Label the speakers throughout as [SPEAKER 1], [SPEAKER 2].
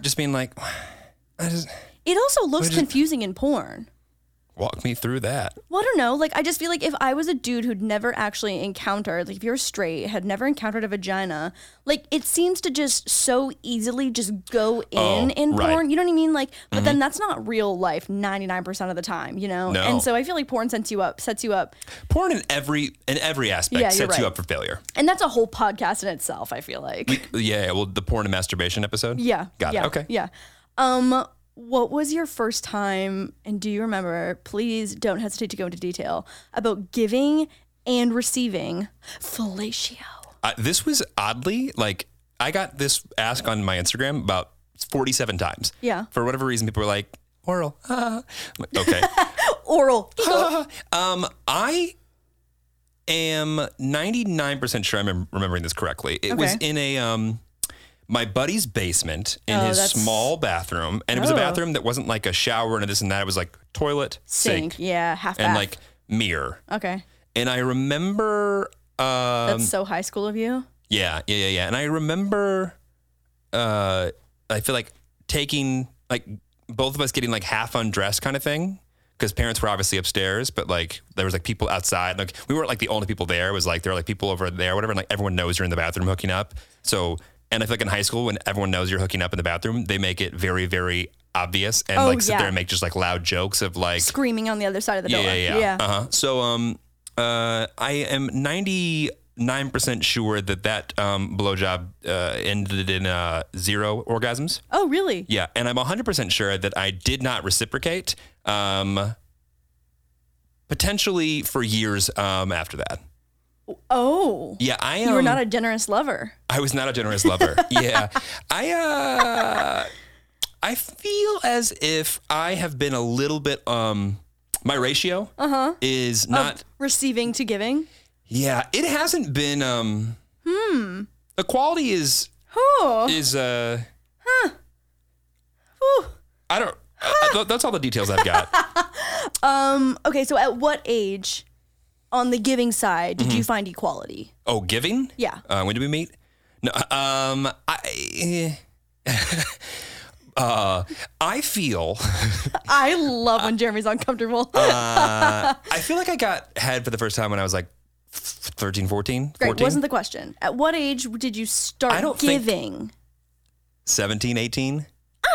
[SPEAKER 1] Just being like, I just
[SPEAKER 2] It also looks
[SPEAKER 1] Which is-
[SPEAKER 2] confusing in porn.
[SPEAKER 1] walk me through that.
[SPEAKER 2] Well, I don't know. Like, I just feel like if I was a dude who'd never actually encountered, like, if you're straight, had never encountered a vagina, like, it seems to just so easily just go in
[SPEAKER 1] Oh,
[SPEAKER 2] in
[SPEAKER 1] right. Mm-hmm.
[SPEAKER 2] porn. You know what I mean? Like, but then that's not real life 99% of the time, you know?
[SPEAKER 1] No.
[SPEAKER 2] And so I feel like porn sets you up, sets you up.
[SPEAKER 1] Porn in every in every aspect
[SPEAKER 2] Yeah, you're
[SPEAKER 1] sets you
[SPEAKER 2] right.
[SPEAKER 1] up for failure.
[SPEAKER 2] And that's a whole podcast in itself, I feel like.
[SPEAKER 1] Yeah, yeah, well, the porn and masturbation episode.
[SPEAKER 2] yeah.
[SPEAKER 1] got
[SPEAKER 2] yeah,
[SPEAKER 1] it. Okay.
[SPEAKER 2] Yeah. Um, what was your first time, and do you remember? Please don't hesitate to go into detail about giving and receiving fellatio.
[SPEAKER 1] I, this was oddly like I got this ask on my Instagram about 47 times.
[SPEAKER 2] Yeah.
[SPEAKER 1] For whatever reason, people were like oral. ah. I'm like, okay.
[SPEAKER 2] oral.
[SPEAKER 1] um, I am 99% sure I'm rem- remembering this correctly. It was
[SPEAKER 2] Okay.
[SPEAKER 1] in a um. My buddy's basement in
[SPEAKER 2] Oh,
[SPEAKER 1] his
[SPEAKER 2] that's-
[SPEAKER 1] small bathroom, and it was
[SPEAKER 2] Oh.
[SPEAKER 1] a bathroom that wasn't like a shower and this and that. It was like toilet, sink,
[SPEAKER 2] Sink. Yeah, half
[SPEAKER 1] and
[SPEAKER 2] bath.
[SPEAKER 1] like mirror.
[SPEAKER 2] okay,
[SPEAKER 1] And I remember, uh,
[SPEAKER 2] that's so high school of you.
[SPEAKER 1] yeah, yeah, yeah, yeah. And I remember, uh, I feel like taking like both of us getting like half undressed kind of thing because parents were obviously upstairs, but like there was like people outside. Like we weren't like the only people there. It was like there were like people over there, whatever. And like everyone knows you're in the bathroom hooking up. So, and I feel like in high school when everyone knows you're hooking up in the bathroom, they make it very, very obvious and
[SPEAKER 2] Oh,
[SPEAKER 1] like sit
[SPEAKER 2] yeah.
[SPEAKER 1] there and make just like loud jokes of like
[SPEAKER 2] Screaming on the other side of the door.
[SPEAKER 1] yeah, yeah, yeah. Uh-huh. So um, uh, I am ninety nine percent sure that that um blowjob uh, ended in uh, zero orgasms.
[SPEAKER 2] Oh, really?
[SPEAKER 1] Yeah, and I'm hundred percent sure that I did not reciprocate. Um, potentially for years um after that.
[SPEAKER 2] Oh,
[SPEAKER 1] Yeah, I am.
[SPEAKER 2] you were not a generous lover.
[SPEAKER 1] I was not a generous lover. yeah. I uh I feel as if I have been a little bit um my ratio uh-huh. is not
[SPEAKER 2] Receiving to giving.
[SPEAKER 1] Yeah, it hasn't been. Um, The quality is
[SPEAKER 2] Hmm. Oh,
[SPEAKER 1] is. Uh,
[SPEAKER 2] whew.
[SPEAKER 1] I don't. I- I- th- that's all the details I've got.
[SPEAKER 2] Um, okay. So, at what age, on the giving side,
[SPEAKER 1] Mm-hmm.
[SPEAKER 2] did you find equality?
[SPEAKER 1] oh, giving.
[SPEAKER 2] Yeah.
[SPEAKER 1] Uh, when did we meet? No. Um. I. eh. uh. I feel.
[SPEAKER 2] I love when Jeremy's uncomfortable.
[SPEAKER 1] Uh, I feel like I got head for the first time when I was like 13, 14,
[SPEAKER 2] Great.
[SPEAKER 1] 14,
[SPEAKER 2] Wasn't the question. At what age did you
[SPEAKER 1] I
[SPEAKER 2] start
[SPEAKER 1] don't think-
[SPEAKER 2] giving?
[SPEAKER 1] 17, 18.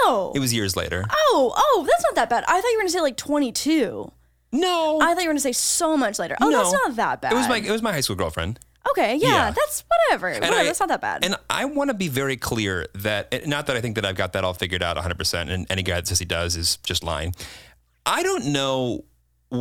[SPEAKER 2] Oh.
[SPEAKER 1] It was years later.
[SPEAKER 2] Oh, oh, that's not that bad. I thought you were gonna say like 22.
[SPEAKER 1] No.
[SPEAKER 2] I thought you were gonna say so much later. Oh, that's
[SPEAKER 1] No.
[SPEAKER 2] not that bad.
[SPEAKER 1] It was my it was my high school girlfriend.
[SPEAKER 2] Okay, yeah,
[SPEAKER 1] Yeah.
[SPEAKER 2] that's whatever.
[SPEAKER 1] And
[SPEAKER 2] whatever
[SPEAKER 1] I-
[SPEAKER 2] that's not that bad.
[SPEAKER 1] And I want to be very clear that, and not that I think that I've got that all figured out 100%, and any guy that says he does is just lying. I don't know